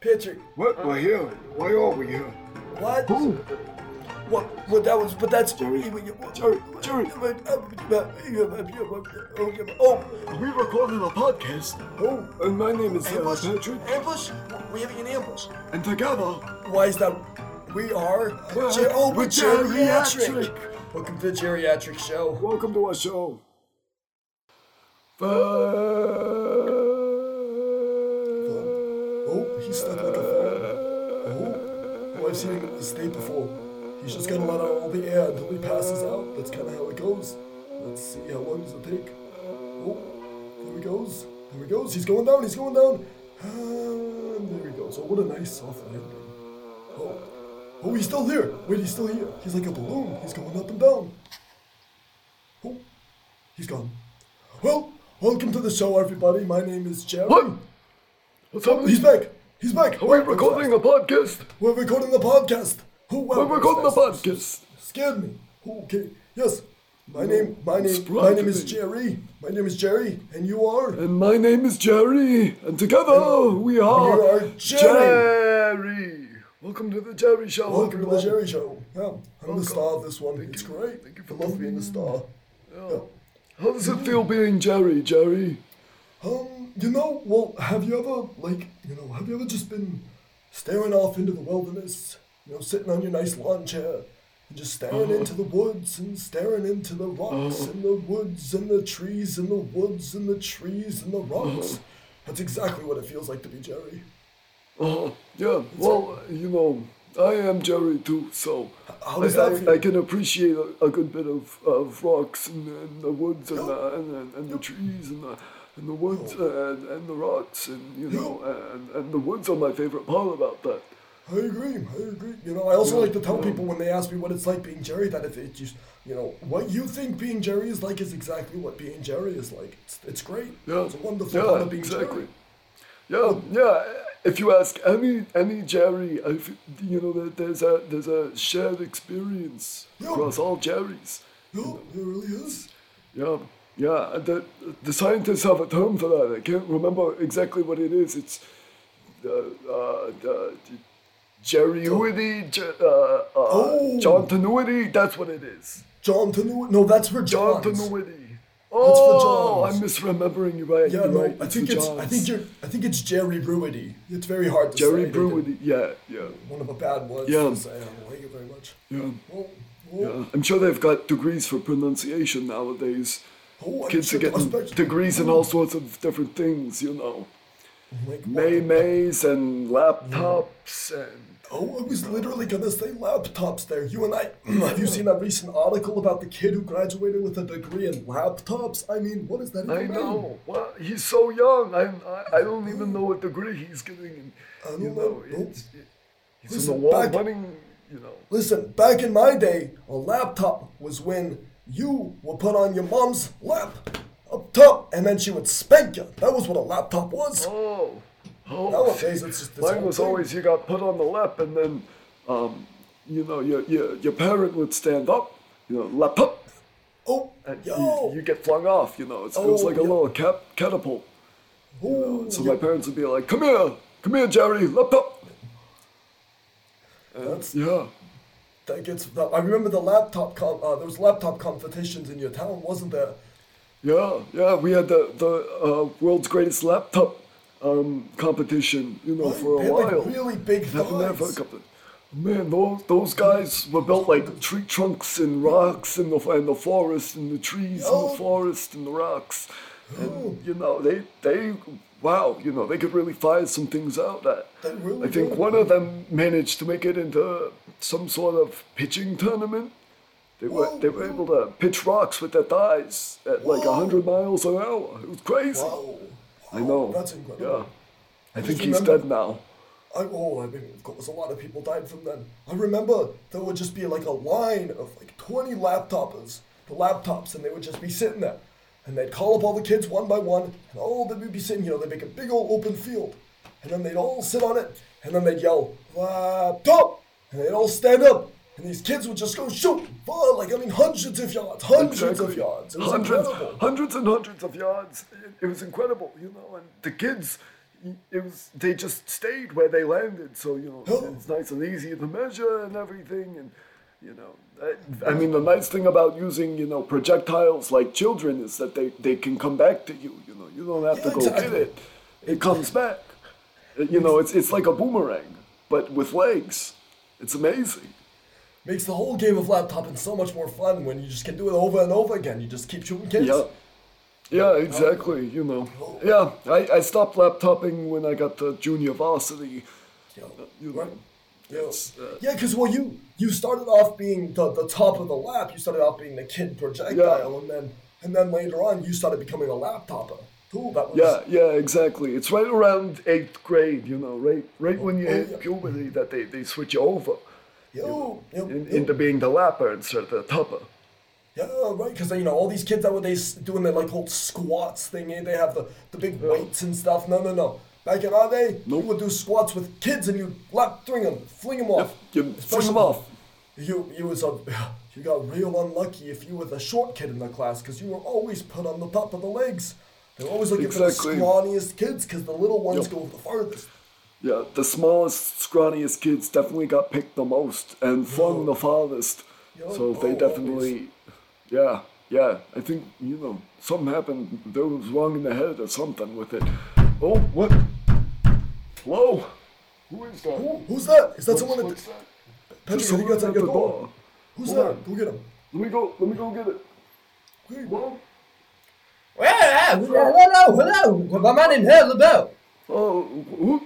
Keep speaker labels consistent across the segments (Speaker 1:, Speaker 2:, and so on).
Speaker 1: Patrick,
Speaker 2: What? We're here. Why are we here?
Speaker 1: what?
Speaker 2: Who?
Speaker 1: What? Well, that was, but that's
Speaker 2: Jerry,
Speaker 1: Jerry,
Speaker 2: Jerry.
Speaker 1: Oh,
Speaker 2: We're recording a podcast.
Speaker 1: oh,
Speaker 2: And my name is uh,
Speaker 1: ambush!
Speaker 2: Patrick.
Speaker 1: Ambush! We're having an ambush.
Speaker 2: And together,
Speaker 1: Why is that? We are.
Speaker 2: We're-
Speaker 1: Jer- oh, we're
Speaker 2: we're
Speaker 1: geriatric.
Speaker 2: geriatric.
Speaker 1: Welcome to the geriatric show.
Speaker 2: welcome to our show.
Speaker 1: Oh, he's stuck like a phone. Oh, I've seen him state before. He's just gonna let out all the air until he passes out. That's kind of how it goes. Let's see how long does it take. Oh, there he goes. There he goes. He's going down. He's going down. And there he goes. Oh, what a nice soft landing. Oh, oh, he's still here. Wait, he's still here. He's like a balloon. He's going up and down. Oh, he's gone. Well, welcome to the show, everybody. My name is Jerry.
Speaker 2: What? What's up?
Speaker 1: He's back. He's back.
Speaker 2: We're recording a podcast.
Speaker 1: We're recording the podcast. Who?
Speaker 2: We're recording a podcast.
Speaker 1: Scared me. Okay. Yes. My name. My name.
Speaker 2: Sprung
Speaker 1: My
Speaker 2: to
Speaker 1: name is
Speaker 2: me.
Speaker 1: Jerry. My name is Jerry, and you are.
Speaker 2: And my name is Jerry. And together, we are,
Speaker 1: are Jerry.
Speaker 2: Jerry. Welcome to the Jerry Show.
Speaker 1: Welcome to the
Speaker 2: everyone.
Speaker 1: Jerry Show. Yeah, I'm the star of this one. it's great.
Speaker 2: Thank you for
Speaker 1: I love being the star. Yeah.
Speaker 2: How does it feel being Jerry, Jerry?
Speaker 1: Um, you know, well, have you ever, like, you know, have you ever just been staring off into the wilderness? You know, sitting on your nice lawn chair and just staring
Speaker 2: Uh-huh.
Speaker 1: into the woods and staring into the rocks and the woods and the trees and the woods and the trees and the
Speaker 2: Uh-huh.
Speaker 1: rocks. That's exactly what it feels like to be Jerry.
Speaker 2: Oh, yeah. Well, you know, I am Jerry too, so
Speaker 1: How
Speaker 2: I,
Speaker 1: does that feel?
Speaker 2: I, I can appreciate a, a good bit of, of rocks and, and the woods and, the, and, and, and the trees and the, and the woods
Speaker 1: Oh.
Speaker 2: uh, and, and the rocks and, you know, and, and the woods are my favorite part about that.
Speaker 1: I agree. I agree. You know, I also like to tell people when they ask me what it's like being Jerry that if it just, you know, what you think being Jerry is like is exactly what being Jerry is like. It's, it's great.
Speaker 2: Yeah.
Speaker 1: It's a wonderful
Speaker 2: yeah,
Speaker 1: part of being
Speaker 2: exactly.
Speaker 1: Jerry. Oh.
Speaker 2: Yeah, yeah. If you ask any any Jerry, I f- you know that there's a there's a shared experience
Speaker 1: Yeah.
Speaker 2: across all Jerrys.
Speaker 1: No, it really is.
Speaker 2: Yeah, yeah. and The the scientists have a term for that. I can't remember exactly what it is. It's uh, uh, the Jerryuity, Jer- uh, uh,
Speaker 1: Oh.
Speaker 2: Jontenuity. That's what it is.
Speaker 1: John Tanu. No, that's for John.
Speaker 2: Jontenuity.
Speaker 1: for
Speaker 2: Oh, I'm
Speaker 1: Johns.
Speaker 2: misremembering you. Right.
Speaker 1: Yeah,
Speaker 2: you're
Speaker 1: no,
Speaker 2: right.
Speaker 1: I
Speaker 2: it's
Speaker 1: think
Speaker 2: the
Speaker 1: it's I
Speaker 2: Johns.
Speaker 1: think you're I think it's Jerry Brewery. It's very hard to
Speaker 2: Jerry
Speaker 1: say.
Speaker 2: Brewery. Yeah, yeah,
Speaker 1: One of the bad words
Speaker 2: Yeah.
Speaker 1: to say. I don't like it very much.
Speaker 2: yeah.
Speaker 1: Oh, oh,
Speaker 2: Yeah. I'm sure they've got degrees for pronunciation nowadays.
Speaker 1: oh, I'm
Speaker 2: Kids are
Speaker 1: sure-
Speaker 2: getting
Speaker 1: especially-
Speaker 2: degrees in all sorts of different things, you know.
Speaker 1: like,
Speaker 2: May Mays and laptops and
Speaker 1: Oh, I was literally gonna say laptops there. You and I, have you seen that recent article about the kid who graduated with a degree in laptops? I mean, what is that even
Speaker 2: I
Speaker 1: mean?
Speaker 2: know. Well, he's so young. I, I I don't even know what degree he's getting.
Speaker 1: don't
Speaker 2: And, you know,
Speaker 1: know.
Speaker 2: it's, he's in
Speaker 1: Listen,
Speaker 2: the wall
Speaker 1: back-
Speaker 2: running. You know.
Speaker 1: Listen, back in my day, a laptop was when you were put on your mom's lap up top, and then she would spank you. That was what a laptop was.
Speaker 2: Oh, oh.
Speaker 1: Nowadays, it's just this
Speaker 2: Mine
Speaker 1: whole
Speaker 2: was
Speaker 1: thing.
Speaker 2: always you got put on the lap, and then, um, you know, your your your parent would stand up. You know, lap up.
Speaker 1: Oh,
Speaker 2: and
Speaker 1: yo,
Speaker 2: E, you, you get flung off. You know, it's, it was
Speaker 1: Oh,
Speaker 2: like a
Speaker 1: yeah.
Speaker 2: little cap, catapult.
Speaker 1: ooh,
Speaker 2: uh, So
Speaker 1: yeah,
Speaker 2: my parents would be like, "Come here, come here, Jerry, lap up."
Speaker 1: that's,
Speaker 2: Yeah.
Speaker 1: that gets. I remember the laptop. Com- uh, there was laptop competitions in your town, wasn't there?
Speaker 2: Yeah, yeah, we had the the uh, world's greatest laptop um, competition, you know, Oh, for
Speaker 1: they had,
Speaker 2: a while.
Speaker 1: Like really big
Speaker 2: That- that-
Speaker 1: thighs.
Speaker 2: that- Man, those, those guys were built like tree trunks and rocks and the and the forest and the trees and
Speaker 1: Oh.
Speaker 2: the forest and the rocks, and you know they they wow, you know they could really fire some things out. I,
Speaker 1: They really
Speaker 2: I think
Speaker 1: did.
Speaker 2: one of them managed to make it into some sort of pitching tournament. They were
Speaker 1: Whoa,
Speaker 2: they were
Speaker 1: whoa.
Speaker 2: able to pitch rocks with their thighs at like
Speaker 1: Whoa.
Speaker 2: hundred miles an hour. It was crazy.
Speaker 1: Wow.
Speaker 2: I know.
Speaker 1: That's incredible.
Speaker 2: Yeah, I think
Speaker 1: just
Speaker 2: he's
Speaker 1: remember-
Speaker 2: dead now.
Speaker 1: I, oh, I mean, of course, a lot of people died from then. I remember there would just be like a line of like 20 laptopers, the laptops, and they would just be sitting there. And they'd call up all the kids one by one, and all of them would be sitting, you know, they'd make a big old open field. And then they'd all sit on it, and then they'd yell, laptop! And they'd all stand up, and these kids would just go shoot! Far, like, I mean, hundreds of yards, hundreds of
Speaker 2: Exactly.
Speaker 1: yards. It was
Speaker 2: hundreds,
Speaker 1: incredible.
Speaker 2: hundreds and hundreds of yards. It, it was incredible, you know. And the kids, it was they just stayed where they landed, so you know
Speaker 1: Oh.
Speaker 2: it's nice and easy to measure and everything, and you know. I, I mean, the nice thing about using you know projectiles like children is that they, they can come back to you. You know, you don't have to
Speaker 1: Yeah,
Speaker 2: go get
Speaker 1: exactly.
Speaker 2: it; it comes back. You know, it's it's like a boomerang, but with legs. It's amazing.
Speaker 1: Makes the whole game of laptop and so much more fun when you just can do it over and over again. You just keep shooting kids.
Speaker 2: Yeah. Yeah, exactly. You know. Yeah, I, I stopped laptoping when I got to junior varsity.
Speaker 1: Yo,
Speaker 2: Uh, you
Speaker 1: right.
Speaker 2: know.
Speaker 1: Yo.
Speaker 2: It's, uh,
Speaker 1: yeah, because well, you you started off being the, the top of the lap. You started off being the kid projectile,
Speaker 2: Yeah.
Speaker 1: and then and then later on, you started becoming a laptopper. Cool. That was
Speaker 2: Yeah, yeah, exactly. It's right around eighth grade, you know, right right when you
Speaker 1: Oh,
Speaker 2: hit
Speaker 1: yeah.
Speaker 2: puberty that they, they switch you over
Speaker 1: Yo, yo,
Speaker 2: in,
Speaker 1: yo.
Speaker 2: into being the lapper instead of the tupper.
Speaker 1: Yeah, right. Because you know all these kids that were they s- doing their like whole squats thing. eh? They have the, the big weights and stuff. No, no, no. Back in our day,
Speaker 2: Nope.
Speaker 1: you would do squats with kids and you lap fling them, fling them off.
Speaker 2: You fling
Speaker 1: Especially-
Speaker 2: them off.
Speaker 1: You you was a you got real unlucky if you were the short kid in the class because you were always put on the top of the legs. They're always looking
Speaker 2: Exactly.
Speaker 1: for the scrawniest kids because the little ones
Speaker 2: Yep.
Speaker 1: go the farthest.
Speaker 2: Yeah, the smallest, scrawniest kids definitely got picked the most and flung the farthest.
Speaker 1: Yo,
Speaker 2: so they
Speaker 1: oh,
Speaker 2: definitely, yeah, yeah. I think you know something happened. There was wrong in the head or something with it. Oh, what? Hello? Who is that?
Speaker 1: Who, who's that? Is that someone at
Speaker 2: What's
Speaker 1: the,
Speaker 2: that?
Speaker 1: Patrick,
Speaker 2: There's
Speaker 1: I think
Speaker 2: someone
Speaker 1: that's
Speaker 2: at
Speaker 1: your
Speaker 2: the
Speaker 1: door.
Speaker 2: door.
Speaker 1: Who's
Speaker 2: Hold
Speaker 1: that?
Speaker 2: on.
Speaker 1: Go get him.
Speaker 2: Let me go. Let me go get it.
Speaker 1: Hey,
Speaker 2: Hello?
Speaker 3: Hello, hello. Well, my name's Hello Bell.
Speaker 2: Oh, who?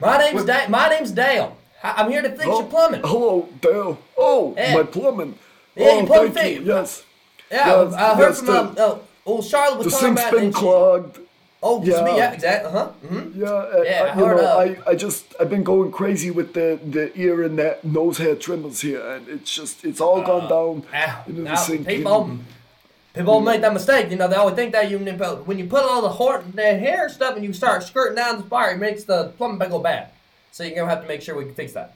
Speaker 3: My name's da- my name's Dale. I- I'm here to fix your plumbing.
Speaker 2: Hello, Dale. Oh,
Speaker 3: Yeah.
Speaker 2: my plumbing.
Speaker 3: Yeah,
Speaker 2: oh,
Speaker 3: your plumbing
Speaker 2: thank
Speaker 3: thing.
Speaker 2: you. Yes.
Speaker 3: Yeah,
Speaker 2: yes,
Speaker 3: I heard
Speaker 2: yes,
Speaker 3: from
Speaker 2: the-
Speaker 3: um, oh, oh, Charlotte was
Speaker 2: The
Speaker 3: talking
Speaker 2: sink's
Speaker 3: about
Speaker 2: been
Speaker 3: and she-
Speaker 2: clogged.
Speaker 3: Oh, yeah.
Speaker 2: Yeah.
Speaker 3: me. Yeah, exactly. Uh huh. Mm-hmm.
Speaker 2: Yeah, I,
Speaker 3: Yeah,
Speaker 2: I,
Speaker 3: I
Speaker 2: you
Speaker 3: heard,
Speaker 2: know,
Speaker 3: uh,
Speaker 2: I, I just I've been going crazy with the, the ear and that nose hair trimmers here, and it's just it's all gone down
Speaker 3: Uh, Ow,
Speaker 2: into the
Speaker 3: ow,
Speaker 2: sink.
Speaker 3: people, people make that mistake. You know, they always think that you when you put all the, hor- the hair stuff and you start skirting down the spire, it makes the plumbing go bad. So you're gonna have to make sure we can fix that.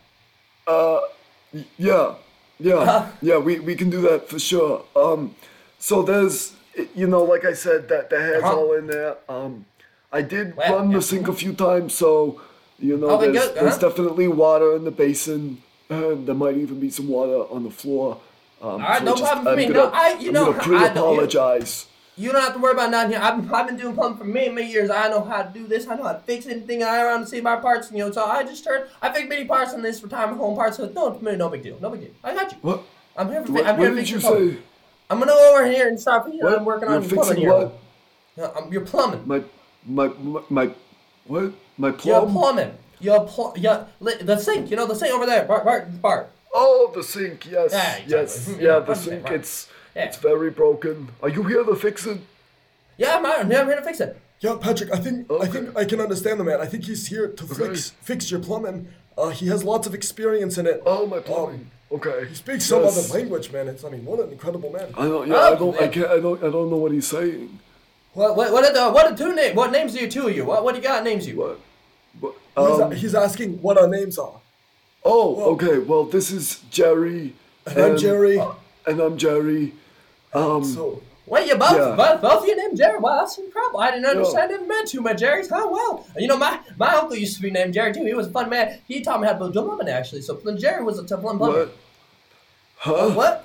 Speaker 2: Yeah, yeah, yeah. We we can do that for sure. Um, so there's you know, like I said, that the hair's
Speaker 3: Uh-huh.
Speaker 2: all in there. Um, I did
Speaker 3: Well,
Speaker 2: run
Speaker 3: yeah.
Speaker 2: the sink a few times, so you know,
Speaker 3: Oh, they
Speaker 2: there's,
Speaker 3: good,
Speaker 2: there's
Speaker 3: uh-huh.
Speaker 2: definitely water in the basin, and there might even be some water on the floor. Um, all
Speaker 3: right, no problem for
Speaker 2: I'm
Speaker 3: me.
Speaker 2: Gonna,
Speaker 3: No, I- you
Speaker 2: am
Speaker 3: know,
Speaker 2: gonna
Speaker 3: I don't- you-
Speaker 2: pre-apologize.
Speaker 3: You don't have to worry about nothing here. I've, I've been doing plumbing for many, many years. I know how to do this. I know how to fix anything I around to see my parts. You know, so I just heard I fix many parts on this retirement home parts. So no, no, no big deal. No big deal. I got you.
Speaker 2: What?
Speaker 3: I'm here for.
Speaker 2: What,
Speaker 3: I'm
Speaker 2: what
Speaker 3: here to
Speaker 2: did
Speaker 3: fix
Speaker 2: you
Speaker 3: your plumbing.
Speaker 2: say?
Speaker 3: I'm gonna go over here and stop here.
Speaker 2: What?
Speaker 3: I'm working
Speaker 2: You're
Speaker 3: on your
Speaker 2: fixing
Speaker 3: plumbing here.
Speaker 2: what?
Speaker 3: No, I'm, your plumbing.
Speaker 2: My, my, my, my, what? My
Speaker 3: Your
Speaker 2: plum?
Speaker 3: plumbing. Your pl- your, li- the sink. You know the sink over there. Bart, Bart, Bart.
Speaker 2: Oh, the sink. Yes,
Speaker 3: Yeah, exactly.
Speaker 2: yes,
Speaker 3: Mhm,
Speaker 2: yeah,
Speaker 3: yeah,
Speaker 2: the
Speaker 3: fix it,
Speaker 2: sink.
Speaker 3: right.
Speaker 2: It's
Speaker 3: Yeah.
Speaker 2: it's very broken. Are you here to fix it?
Speaker 3: Yeah, I'm, out. I'm here to fix it.
Speaker 1: Yeah, Patrick, I think I think I can understand the man. I think he's here to fix fix your plumbing. Uh, he has lots of experience in it.
Speaker 2: Oh, my
Speaker 1: Um,
Speaker 2: plumbing. okay.
Speaker 1: he speaks some other
Speaker 2: Yes.
Speaker 1: language, man. It's I mean, what an incredible man.
Speaker 2: I don't. Yeah,
Speaker 3: Oh,
Speaker 2: I don't. I
Speaker 3: yeah.
Speaker 2: can't. I don't. I don't know what he's saying.
Speaker 3: What what what are the what are two name? What names do you two of you? What what do you got names you?
Speaker 2: But, but
Speaker 1: He's,
Speaker 2: um,
Speaker 1: he's asking what our names are.
Speaker 2: oh, okay. Well, this is Jerry.
Speaker 1: And I'm Jerry.
Speaker 2: uh, And I'm Jerry.
Speaker 1: So
Speaker 3: Wait, you both,
Speaker 2: Yeah.
Speaker 3: both, both you named Jerry? Well, that's incredible. I didn't understand
Speaker 2: Yeah.
Speaker 3: it meant too much Jerry's. Oh, well. You know, my, my uncle used to be named Jerry, too. He was a fun man. He taught me how to build plumbing, actually. So plum- Jerry was a t- plum plumber.
Speaker 2: What? Huh?
Speaker 3: What?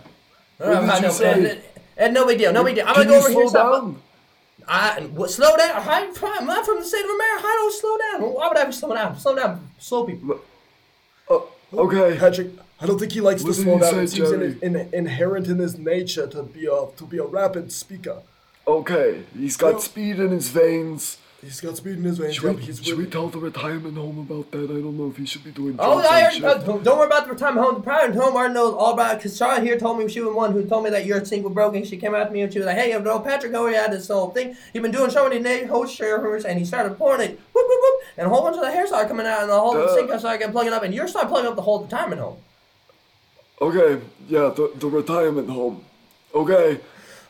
Speaker 3: I don't
Speaker 2: did
Speaker 3: know, I
Speaker 2: you
Speaker 3: know,
Speaker 2: say?
Speaker 3: and, and, and no big deal, no big deal. I'm
Speaker 2: Can
Speaker 3: gonna go
Speaker 2: you
Speaker 3: over
Speaker 2: slow
Speaker 3: here. and stop-
Speaker 2: down?
Speaker 3: I and what, slow down. I, I'm from I'm from the state of America. I don't slow down. Why would I be slowing down? Slow down, slow people.
Speaker 2: Oh, okay.
Speaker 1: Patrick, I don't think he likes to
Speaker 2: What did
Speaker 1: slow
Speaker 2: he
Speaker 1: down.
Speaker 2: say,
Speaker 1: It seems in
Speaker 2: Jerry?
Speaker 1: his, in, inherent in his nature to be a to be a rapid speaker.
Speaker 2: Okay. He's got
Speaker 1: No.
Speaker 2: speed in his veins.
Speaker 1: He's got speed in his veins.
Speaker 2: Should,
Speaker 1: yeah,
Speaker 2: we,
Speaker 1: he's
Speaker 2: should we
Speaker 1: really-
Speaker 2: tell the retirement home about that? I don't know if he should be doing.
Speaker 3: Oh,
Speaker 2: jobs
Speaker 3: I
Speaker 2: on
Speaker 3: already,
Speaker 2: shift.
Speaker 3: uh, don't don't worry about the retirement home. The retirement home already knows all about it. Cause Charlotte here told me she was the one who told me that your sink was broken. She came out to me and she was like, "Hey, you know Patrick over here had this whole thing. He been doing so many name host shareholders, and he started pouring it, whoop whoop whoop, and a whole bunch of the hair started coming out, and the whole
Speaker 2: Duh.
Speaker 3: sink started getting plugging up, and you're started plugging up the whole retirement home.
Speaker 2: Okay, yeah, the, the retirement home. Okay,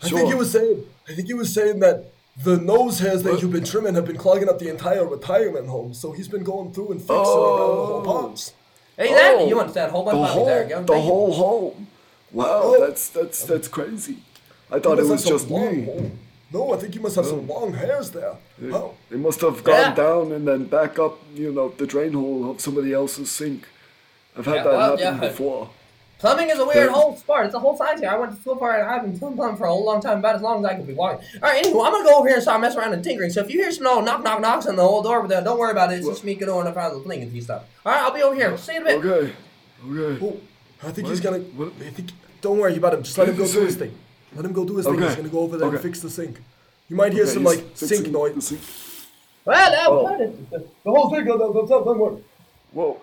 Speaker 1: I
Speaker 2: sure.
Speaker 1: think he was saying. I think he was saying that the nose hairs that you've been trimming have been clogging up the entire retirement home. So he's been going through and fixing around the
Speaker 2: Oh.
Speaker 1: whole pumps.
Speaker 3: Exactly.
Speaker 2: Oh,
Speaker 3: you understand? Whole bunch
Speaker 2: the
Speaker 3: of
Speaker 2: whole,
Speaker 3: there. we go.
Speaker 2: the
Speaker 3: Thank you.
Speaker 2: whole home. Wow,
Speaker 1: Oh.
Speaker 2: that's that's that's crazy. I thought it was
Speaker 1: That's like
Speaker 2: just
Speaker 1: a long
Speaker 2: me. Oh.
Speaker 1: hole. No, I think you must have some long hairs there.
Speaker 2: They,
Speaker 1: How?
Speaker 2: they must have gone
Speaker 3: Yeah.
Speaker 2: down and then back up, you know, the drain hole of somebody else's sink. I've had
Speaker 3: Yeah,
Speaker 2: that
Speaker 3: well,
Speaker 2: happen
Speaker 3: yeah.
Speaker 2: before.
Speaker 3: Plumbing is a weird
Speaker 2: Yeah.
Speaker 3: whole sport. It's a whole science here. I went to school for it. and I've been doing plumbing for a whole long time, about as long as I could be walking. All right, anyway, I'm gonna go over here and start messing around and tinkering. So if you hear some old knock knock knocks on the old door, but don't worry about it. It's just me going over and find the thing and stuff. All right, I'll be over here. See you in a bit.
Speaker 2: Okay, okay.
Speaker 1: Oh, I think he's
Speaker 2: What?
Speaker 1: gonna.
Speaker 2: What?
Speaker 1: I think. Don't worry about him. Just let him go
Speaker 2: Sink.
Speaker 1: do his thing. Let him go do his thing. He's
Speaker 2: Okay.
Speaker 1: gonna go over there and
Speaker 2: Okay.
Speaker 1: fix the sink. You might hear
Speaker 2: Okay,
Speaker 1: some
Speaker 2: he's
Speaker 1: like sink
Speaker 2: fixing
Speaker 1: noise.
Speaker 2: the sink.
Speaker 3: Well, that
Speaker 2: Oh.
Speaker 3: was it. The the whole thing goes up, up, up, up.
Speaker 2: Whoa.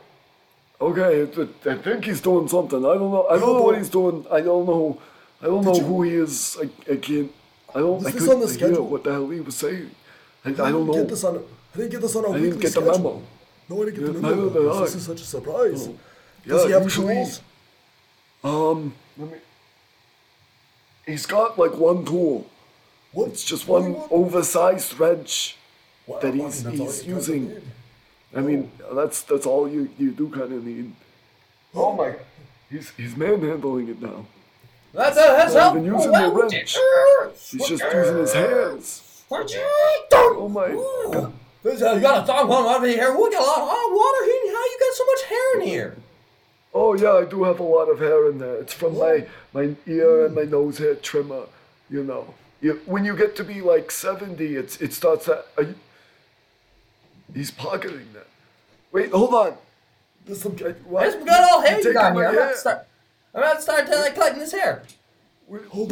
Speaker 2: Okay, I th- I think he's doing something. I don't know. I don't know what he's doing. I don't know. I don't know
Speaker 1: Oh. you-
Speaker 2: who he is. I, I can't. I don't.
Speaker 1: Was
Speaker 2: I
Speaker 1: this
Speaker 2: couldn't
Speaker 1: on the
Speaker 2: hear
Speaker 1: schedule?
Speaker 2: what the hell he was saying. I,
Speaker 1: I
Speaker 2: I don't
Speaker 1: didn't
Speaker 2: know.
Speaker 1: Get this on, I didn't get this on our
Speaker 2: I
Speaker 1: weekly
Speaker 2: didn't get the
Speaker 1: schedule.
Speaker 2: memo.
Speaker 1: No, I didn't
Speaker 2: Yeah,
Speaker 1: get the
Speaker 2: neither
Speaker 1: memo.
Speaker 2: did
Speaker 1: This-
Speaker 2: I.
Speaker 1: This is such a surprise.
Speaker 2: Oh.
Speaker 1: Does he
Speaker 2: Yeah,
Speaker 1: have
Speaker 2: usually-
Speaker 1: tools?
Speaker 2: Um, let me. He's got like one tool.
Speaker 1: What?
Speaker 2: It's just one oversized wrench.
Speaker 1: Wow,
Speaker 2: that
Speaker 1: I mean,
Speaker 2: he's-
Speaker 1: that's all
Speaker 2: he's
Speaker 1: you kinda
Speaker 2: using.
Speaker 1: need.
Speaker 2: I mean, that's that's all you you do kind of need.
Speaker 1: Oh my!
Speaker 2: He's he's manhandling it now.
Speaker 3: That's a that's Oh,
Speaker 2: Not
Speaker 3: up.
Speaker 2: even using the wrench. He's just using his hands. Oh my! God.
Speaker 3: uh, You got a thong going on over here. We got a lot of hot water here. How you got so much hair in here?
Speaker 2: Oh yeah, I do have a lot of hair in there. It's from my my ear and my nose hair trimmer. You know, you, when you get to be like seventy, it's it starts that. Are you, he's pocketing that. Wait, hold on.
Speaker 1: There's some.
Speaker 2: I-
Speaker 1: Hold
Speaker 2: what?
Speaker 3: There's good old hair you
Speaker 2: Taking
Speaker 3: got
Speaker 2: my
Speaker 3: here. I'm about
Speaker 2: hair.
Speaker 3: to start. I'm about to start uh, collecting this hair.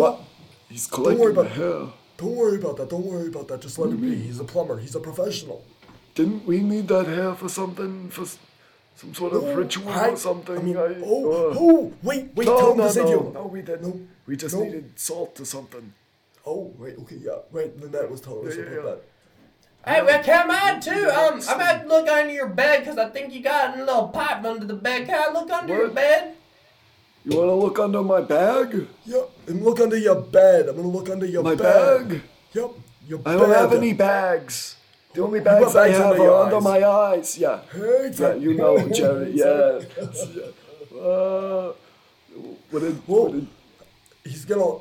Speaker 1: up!
Speaker 2: He's
Speaker 1: worry
Speaker 2: collecting the
Speaker 1: about
Speaker 2: hair.
Speaker 1: Don't worry about that. Don't worry about that. Just let him be.
Speaker 2: Mm-hmm.
Speaker 1: He's a plumber. He's a professional.
Speaker 2: Didn't we need that hair for something for s- some sort of
Speaker 1: Oh,
Speaker 2: ritual
Speaker 1: I-
Speaker 2: or something?
Speaker 1: I mean,
Speaker 2: I-
Speaker 1: oh,
Speaker 2: uh,
Speaker 1: oh, wait, wait,
Speaker 2: No,
Speaker 1: tell him
Speaker 2: no,
Speaker 1: to save
Speaker 2: no,
Speaker 1: you.
Speaker 2: no, we didn't.
Speaker 1: No,
Speaker 2: we just
Speaker 1: no.
Speaker 2: needed salt or something.
Speaker 1: Oh, wait, okay, yeah, wait, Lynette was telling us
Speaker 2: Yeah, yeah,
Speaker 1: about
Speaker 2: yeah.
Speaker 1: that.
Speaker 3: Hey, well, come on too. Um, I'm about to look under your bed because I think you got a little pipe under the bed. Can I look under your
Speaker 2: What?
Speaker 3: bed?
Speaker 2: You want to look under my bag?
Speaker 1: Yeah, and look under your bed. I'm gonna look under your
Speaker 2: My
Speaker 1: bed.
Speaker 2: bag?
Speaker 1: Yep, your
Speaker 2: I don't
Speaker 1: bed.
Speaker 2: have any bags. The only bags I
Speaker 1: bags
Speaker 2: have
Speaker 1: under
Speaker 2: are
Speaker 1: your
Speaker 2: under
Speaker 1: eyes.
Speaker 2: my eyes. Yeah.
Speaker 1: Hey,
Speaker 2: Yeah, you know, Jerry. Yeah.
Speaker 1: Exactly.
Speaker 2: yeah. Uh, what did,
Speaker 1: Whoa.
Speaker 2: what did,
Speaker 1: He's gonna.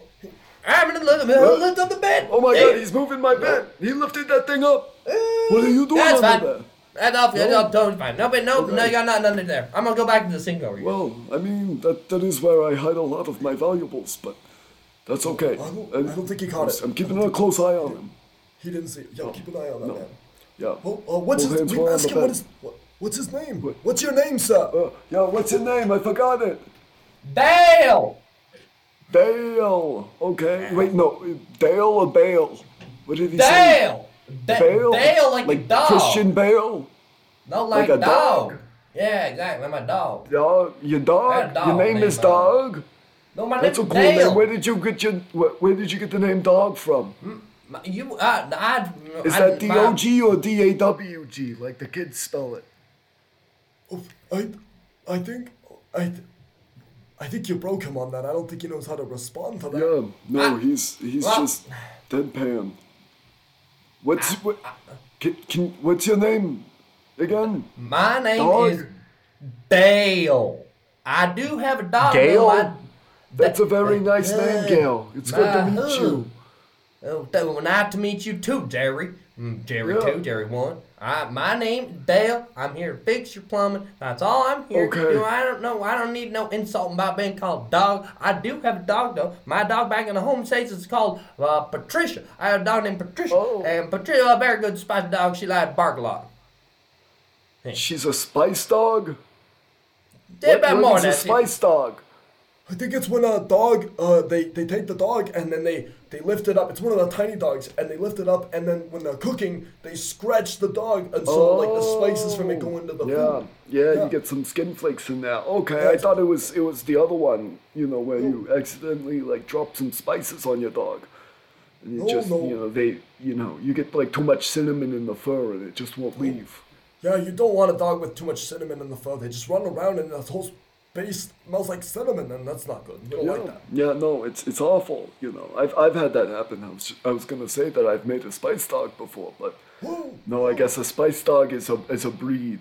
Speaker 3: I'm gonna look. I'm gonna lift up the bed.
Speaker 2: oh my
Speaker 3: Hey.
Speaker 2: god, he's moving my bed. He lifted that thing up. What are you doing
Speaker 3: That's
Speaker 2: under
Speaker 3: fine.
Speaker 2: there?
Speaker 3: That's all. That's all totally fine. No, but no, no,
Speaker 2: Okay.
Speaker 3: you got nothing under there. I'm gonna go back to the sink over here.
Speaker 2: Well, I mean, that, that is where I hide a lot of my valuables, but that's okay.
Speaker 1: Oh, I don't- I don't think he caught
Speaker 2: I'm,
Speaker 1: it.
Speaker 2: I'm keeping a close eye on him.
Speaker 1: He didn't see. Yeah, keep an eye on that man.
Speaker 2: Yeah.
Speaker 1: Well, uh, what's
Speaker 2: Both
Speaker 1: his?
Speaker 2: hands
Speaker 1: We
Speaker 2: were on
Speaker 1: ask
Speaker 2: the
Speaker 1: him what
Speaker 2: bed.
Speaker 1: his. What, what's his name?
Speaker 2: What-
Speaker 1: What's your name, sir?
Speaker 2: Uh, yeah, what's your name? I forgot it.
Speaker 3: Bail.
Speaker 2: Dale. Okay. Wait, no. Dale or Bale? What did he say?
Speaker 3: Bail. Ba- Bail. like, a dog.
Speaker 2: Christian Bale?
Speaker 3: Not like,
Speaker 2: like a
Speaker 3: dog.
Speaker 2: dog.
Speaker 3: Yeah, exactly. Like my dog.
Speaker 2: Yeah, your dog?
Speaker 3: That dog
Speaker 2: your name
Speaker 3: name,
Speaker 2: is
Speaker 3: uh,
Speaker 2: Dog?
Speaker 3: No, my
Speaker 2: That's a
Speaker 3: name's
Speaker 2: cool
Speaker 3: Dale.
Speaker 2: name. Where did you get your where, where did you get the name Dog from?
Speaker 3: My- you, uh, I,
Speaker 2: Is
Speaker 3: Hmm, I,
Speaker 2: that D
Speaker 3: my-
Speaker 2: O G or D A W G? Like the kids spell it.
Speaker 1: Oh, I, I think, I, th- I think you broke him on that. I don't think he knows how to respond to that.
Speaker 2: Yeah, no,
Speaker 3: I-
Speaker 2: he's he's
Speaker 3: well-
Speaker 2: just deadpan. What's what? Can, can, what's your name again?
Speaker 3: My name
Speaker 2: Dog.
Speaker 3: is Dale. I do have a dog.
Speaker 2: Dale?
Speaker 3: though. I,
Speaker 2: That's a very nice name,
Speaker 1: uh,
Speaker 2: Gail. It's good to
Speaker 3: uh,
Speaker 2: meet you.
Speaker 3: Oh, that was nice to meet you too, Jerry. Mm, Jerry
Speaker 2: Yeah.
Speaker 3: two, Jerry one. I, my name is Dale. I'm here to fix your plumbing. That's all I'm here to
Speaker 2: Okay.
Speaker 3: do. I don't know. I don't need no insult about being called dog. I do have a dog though. My dog back in the home states is called uh, Patricia. I have a dog named Patricia,
Speaker 2: Oh.
Speaker 3: and Patricia a very good spice dog. She likes to bark a lot.
Speaker 2: She's a spice dog.
Speaker 3: Did about
Speaker 2: What
Speaker 3: more
Speaker 2: is
Speaker 3: than
Speaker 2: a
Speaker 3: that.
Speaker 2: spice dog?
Speaker 1: I think it's when a dog, uh, they they take the dog and then they they lift it up. It's one of the tiny dogs, and they lift it up, and then when they're cooking, they scratch the dog, and so like the spices from it go into the
Speaker 2: Oh. yeah.
Speaker 1: food.
Speaker 2: yeah,
Speaker 1: Yeah.
Speaker 2: you get some skin flakes in there. Okay, I
Speaker 1: Yeah. Oh.
Speaker 2: thought it was it was the other one. You know where you accidentally like drop some spices on your dog, and you
Speaker 1: No,
Speaker 2: just
Speaker 1: Oh, no.
Speaker 2: you know they you know you get like too much cinnamon in the fur and it just
Speaker 1: Oh.
Speaker 2: won't leave.
Speaker 1: Yeah, you don't want a dog with too much cinnamon in the fur. They just run around, and the whole space smells like cinnamon, and that's not good. We don't like that.
Speaker 2: Yeah, no, it's it's awful. You know, I've I've had that happen. I was I was gonna say that I've made a spice dog before, but
Speaker 1: Whoa.
Speaker 2: no, I guess a spice dog is a is a breed.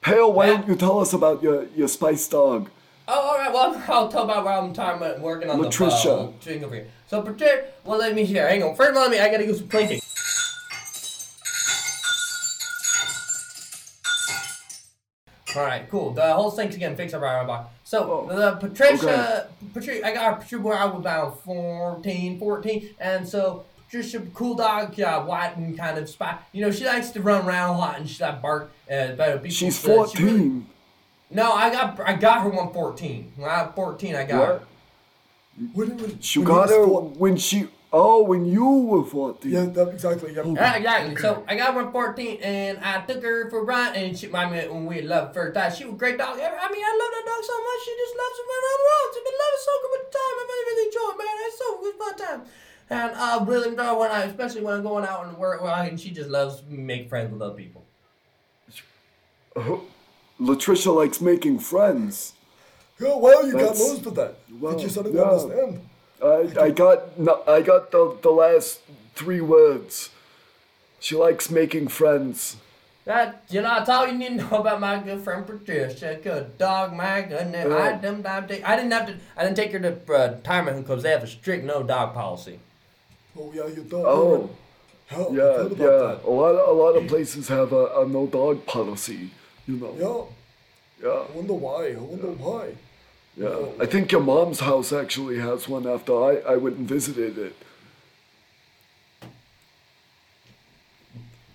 Speaker 2: Pale, why don't you tell us about your your spice dog?
Speaker 3: Oh, all right. Well, I'll tell about what I'm talking about working on the uh,
Speaker 1: Latricia.
Speaker 3: thing over here. So, pretend. Well, let me hear. Hang on. First, let me. I gotta use some plinking. All right, cool. The whole thing's getting fixed up right around back. So
Speaker 2: Oh,
Speaker 3: the Patricia, Patricia, I got Patricia when I was about 14, 14, and so Patricia, cool dog, uh, white and kind of spy. You know, she likes to run around a lot and she like bark. Uh, but people-
Speaker 2: She's
Speaker 3: uh, she really-
Speaker 2: 14.
Speaker 3: no, I got I got her one fourteen. When I was fourteen, I got her.
Speaker 2: What?
Speaker 1: When, when,
Speaker 2: She
Speaker 1: when he
Speaker 2: got
Speaker 1: was
Speaker 2: her
Speaker 1: four-
Speaker 2: when she. Oh, when you were 14.
Speaker 1: Yeah, that, exactly. Yeah.
Speaker 2: Oh.
Speaker 3: Yeah, exactly. So I got one fourteen, and I took her for a run, and she, I mean, when we loved first time, she was a great dog. I I mean, I love that dog so much. She just loves to run around the roads. I've been loving so good with time. I've really, really enjoyed, it, man. It's so good fun time. And I really enjoy when I, especially when I'm going out and work, well, I- and she just loves to make friends with other people.
Speaker 2: Latricia likes making friends.
Speaker 1: Yeah, well, you got
Speaker 2: That's-
Speaker 1: lost with that.
Speaker 2: Wow,
Speaker 1: Did you suddenly
Speaker 2: yeah.
Speaker 1: understand?
Speaker 2: I, I got no, I got the, the last three words. She likes making friends.
Speaker 3: That you know, that's all you need to know about my good friend Patricia. Good dog, my goodness. I
Speaker 2: Yeah.
Speaker 3: didn't, I didn't- I didn't have to. I didn't take her to uh, retirement because they have a strict no dog policy.
Speaker 1: Oh, yeah, you thought.
Speaker 2: Oh,
Speaker 1: Hell, I
Speaker 2: yeah,
Speaker 1: forgot about
Speaker 2: yeah.
Speaker 1: that.
Speaker 2: A lot a lot of places have a, a no dog policy. You know.
Speaker 1: Yeah,
Speaker 2: Yeah,
Speaker 1: I wonder why. I wonder why.
Speaker 2: yeah. I think your mom's house actually has one. After I I went and visited it.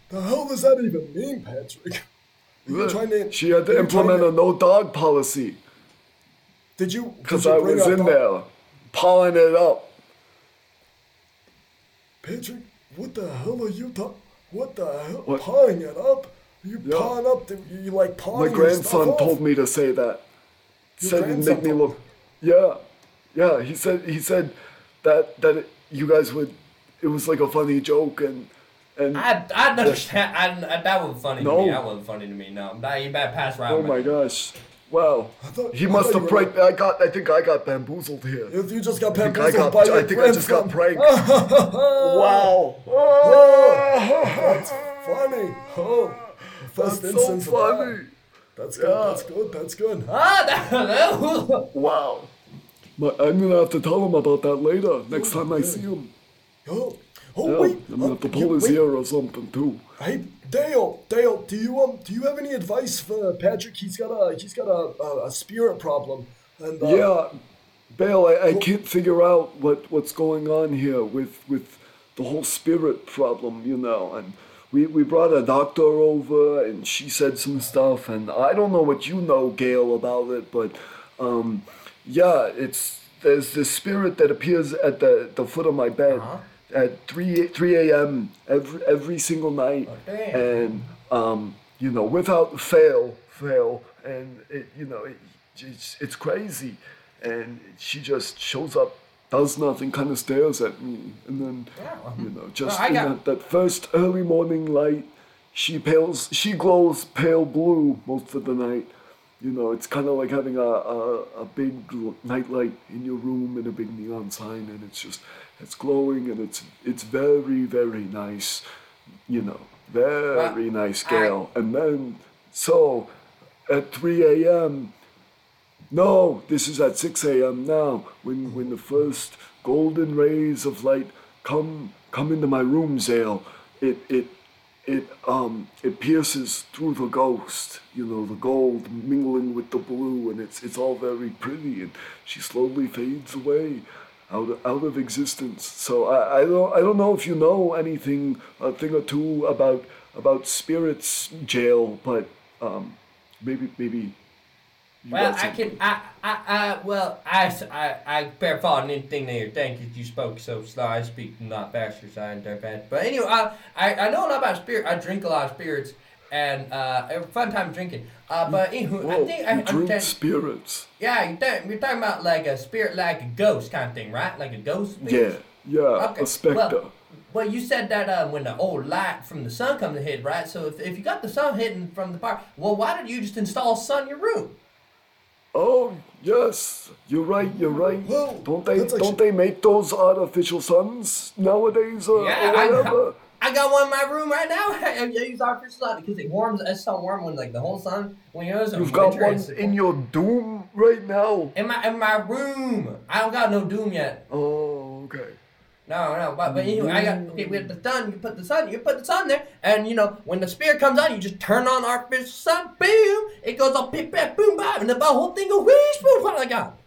Speaker 1: The hell does that even mean, Patrick? You're trying to.
Speaker 2: She had to
Speaker 1: you're
Speaker 2: implement a
Speaker 1: trying to-
Speaker 2: no dog policy
Speaker 1: Did you? did
Speaker 2: because
Speaker 1: you
Speaker 2: I
Speaker 1: bring
Speaker 2: was
Speaker 1: our
Speaker 2: in
Speaker 1: dog-
Speaker 2: there, pawing it up.
Speaker 1: Patrick, what the hell are you talking? What the hell?
Speaker 2: What?
Speaker 1: Pawing it up? You
Speaker 2: Yeah.
Speaker 1: pawing up? The, you Oh, you like pawing?
Speaker 2: My
Speaker 1: your
Speaker 2: grandson
Speaker 1: stuff
Speaker 2: told
Speaker 1: off?
Speaker 2: me to say that.
Speaker 1: Your
Speaker 2: said it
Speaker 1: grandson
Speaker 2: make me
Speaker 1: told-
Speaker 2: look. Yeah, yeah. He said he said that that it, you guys would. It was like a funny joke and and
Speaker 3: I I understand. I, I that wasn't funny to
Speaker 2: No.
Speaker 3: me. That wasn't funny to me. No, Nah, you better pass right.
Speaker 2: oh my gosh, wow.
Speaker 1: thought-
Speaker 2: He
Speaker 1: I
Speaker 2: must
Speaker 1: thought
Speaker 2: have
Speaker 1: you were-
Speaker 2: pranked. I got. I think I got bamboozled here.
Speaker 1: If you just got
Speaker 2: I think I
Speaker 1: bamboozled
Speaker 2: got.
Speaker 1: by your
Speaker 2: I think I just got
Speaker 1: grandson.
Speaker 2: pranked. wow.
Speaker 1: That's funny. Oh,
Speaker 2: That's
Speaker 1: first
Speaker 2: so
Speaker 1: instance of that.
Speaker 2: funny.
Speaker 1: That's good.
Speaker 2: Yeah.
Speaker 1: That's good. That's good.
Speaker 3: Ah, that,
Speaker 2: Wow. But I'm gonna have to tell him about that later. Next time I see him.
Speaker 1: Oh, oh
Speaker 2: Yeah,
Speaker 1: wait.
Speaker 2: I'm gonna have to
Speaker 1: uh,
Speaker 2: pull his
Speaker 1: wait.
Speaker 2: ear or something too.
Speaker 1: Hey, Dale, Dale, do you um, do you have any advice for Patrick? He's got a he's got a a, a spirit problem. And uh,
Speaker 2: Yeah, Bale, I, I can't figure out what, what's going on here with with the whole spirit problem, you know. And we, we brought a doctor over, and she said some stuff, and I don't know what you know, Gail, about it, but um, yeah, it's there's this spirit that appears at the, the foot of my bed at three three a.m. every every single night,
Speaker 3: damn.
Speaker 2: and um, you know, without fail, fail, and it, you know, it, it's, it's crazy, and she just shows up, does nothing, kind of stares at me, and then, you know, just
Speaker 3: I
Speaker 2: in
Speaker 3: got-
Speaker 2: that, that first early morning light, she pales, she glows pale blue most of the night. You know, it's kind of like having a, a, a big gl- nightlight in your room and a big neon sign, and it's just, it's glowing, and it's it's very very nice, you know, very nice, Gail. And then, so, at 3 a.m. No, this is at 6 a.m. now, when, when the first golden rays of light come come into my room, Zale. It it it um it pierces through the ghost, you know, the gold mingling with the blue, and it's it's all very pretty, and she slowly fades away. Out of, out of existence. So I, I don't I don't know if you know anything a thing or two about about spirits jail, but um, maybe maybe you
Speaker 3: well,
Speaker 2: got
Speaker 3: I
Speaker 2: something.
Speaker 3: can. I, I, I, well, I, s- I, I bear fault in anything there. Thank you. You spoke so slow. I speak not faster, so I ain't done fast. But anyway, I, I, I know a lot about spirit. I drink a lot of spirits, and uh, I have a fun time drinking. Uh, but anyway,
Speaker 2: Whoa,
Speaker 3: I think I
Speaker 2: you drink
Speaker 3: understand.
Speaker 2: spirits.
Speaker 3: yeah, you think, you're talking about like a spirit, like a ghost kind of thing, right? Like a ghost.
Speaker 2: Yeah,
Speaker 3: spirit?
Speaker 2: yeah,
Speaker 3: Okay.
Speaker 2: a specter.
Speaker 3: Well, well, you said that um, when the old light from the sun comes to hit, right? So if, if you got the sun hitting from the bar, well, why did you just install sun in your room?
Speaker 2: oh yes, you're right. You're right.
Speaker 1: Whoa,
Speaker 2: don't they
Speaker 1: that's
Speaker 2: don't
Speaker 1: actually-
Speaker 2: they make those artificial suns nowadays uh, or, or
Speaker 3: Yeah, I know.
Speaker 2: whatever?
Speaker 3: I got one in my room right now. I use our for sun because it warms. It's so warm when like the whole sun when you're in
Speaker 2: You've got
Speaker 3: winter,
Speaker 2: one
Speaker 3: it's-
Speaker 2: in your doom right now.
Speaker 3: in my in my room. I don't got no doom yet.
Speaker 2: Oh, okay.
Speaker 3: No, no. But but anyway, I got okay. We have the sun. You put the sun. You put the sun there, and you know when the spear comes out, you just turn on artificial sun. Boom! It goes all pip pip boom boom, and the whole thing goes whee boom. What I got?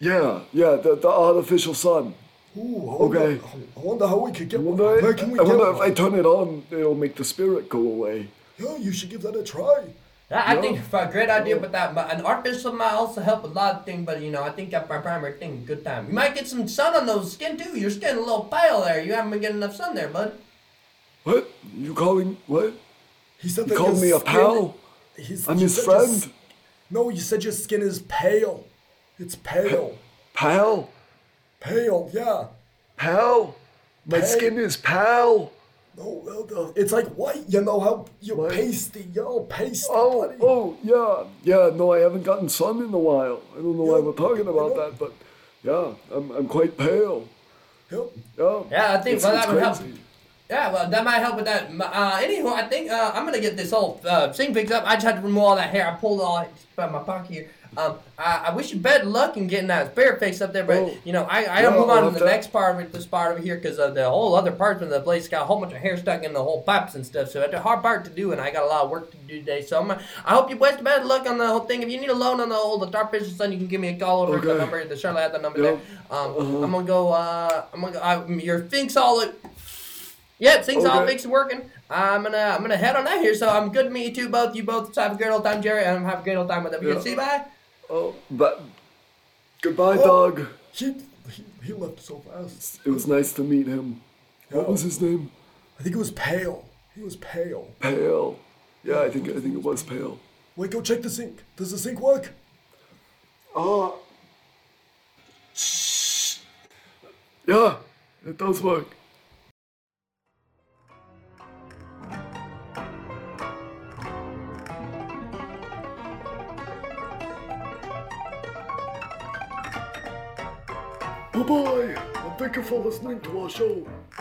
Speaker 2: Yeah, yeah, the, the artificial sun.
Speaker 1: Ooh, I wonder,
Speaker 2: Okay.
Speaker 1: I wonder how we could get
Speaker 2: I
Speaker 1: one.
Speaker 2: wonder,
Speaker 1: Where can we
Speaker 2: I
Speaker 1: get
Speaker 2: wonder if I
Speaker 1: one?
Speaker 2: turn it on, it'll make the spirit go away.
Speaker 1: Yo, Oh, you should give that a try.
Speaker 3: I, I
Speaker 2: No.
Speaker 3: think it's a great idea,
Speaker 2: No.
Speaker 3: but that but an artificial might also help a lot of things. But you know, I think that's my primary thing. Good time. You might get some sun on those skin too. Your skin a little pale there. You haven't been getting enough sun there, bud.
Speaker 2: What? You calling? What?
Speaker 1: He said
Speaker 2: You
Speaker 1: that
Speaker 2: called
Speaker 1: your
Speaker 2: me a
Speaker 1: skin-
Speaker 2: pal?
Speaker 1: He's,
Speaker 2: I'm
Speaker 1: he
Speaker 2: his
Speaker 1: said your
Speaker 2: friend.
Speaker 1: s- no, you said your skin is pale. It's pale.
Speaker 2: Pal?
Speaker 1: pale, yeah.
Speaker 2: Pal? My
Speaker 1: Pal.
Speaker 2: skin is pal.
Speaker 1: No, well, the- it's like white. You know how you're
Speaker 2: White.
Speaker 1: pasty. You're all pasty.
Speaker 2: Oh,
Speaker 1: buddy.
Speaker 2: oh, yeah, yeah. No, I haven't gotten sun in a while. I don't know why
Speaker 1: Yeah,
Speaker 2: we're talking
Speaker 1: I
Speaker 2: about
Speaker 1: know.
Speaker 2: that, but yeah, I'm, I'm quite pale.
Speaker 1: Yep.
Speaker 2: Yeah.
Speaker 3: Yeah, I think
Speaker 2: It's-
Speaker 3: well,
Speaker 2: it's
Speaker 3: that would help.
Speaker 2: crazy.
Speaker 3: Yeah, well, that might help with that. M- Uh, anywho, I think uh, I'm gonna get this whole uh, thing fixed up. I just had to remove all that hair. I pulled all it from my pocket here. Um, I, I wish you bad luck in getting that spare fixed up there, but
Speaker 2: Oh.
Speaker 3: you know, I I gotta
Speaker 2: Yeah,
Speaker 3: move
Speaker 2: I'll
Speaker 3: on to
Speaker 2: have
Speaker 3: the
Speaker 2: to-
Speaker 3: next part with this part over here because uh, the whole other parts of the place got a whole bunch of hair stuck in the whole pipes and stuff. So that's a hard part to do, and I got a lot of work to do today. So I'm, I hope you best bad luck on the whole thing. If you need a loan on the whole the dark business, then you can give me a call over at the
Speaker 2: Okay.
Speaker 3: number. The Charlotte had the number
Speaker 2: Yep.
Speaker 3: there. Um, I'm gonna go. Uh, I'm gonna go. I, your thing's all. Yep, things all
Speaker 2: Okay.
Speaker 3: fixed and working. I'm gonna I'm gonna head on out here. So I'm good to meet you two both. You both have a great old time, Jerry, and have a great old time with them. You
Speaker 2: Yeah.
Speaker 3: See, bye.
Speaker 2: Oh, but goodbye,
Speaker 1: Oh.
Speaker 2: dog.
Speaker 1: He, he, he left so fast.
Speaker 2: It was nice to meet him. What
Speaker 1: Yeah.
Speaker 2: was his name?
Speaker 1: I think it was pale. He was pale.
Speaker 2: Pale. Yeah, I think I think it was pale.
Speaker 1: Wait, go check the sink. Does the sink work?
Speaker 2: Ah. Yeah, it does work. Bye bye, and thank you for listening to our show.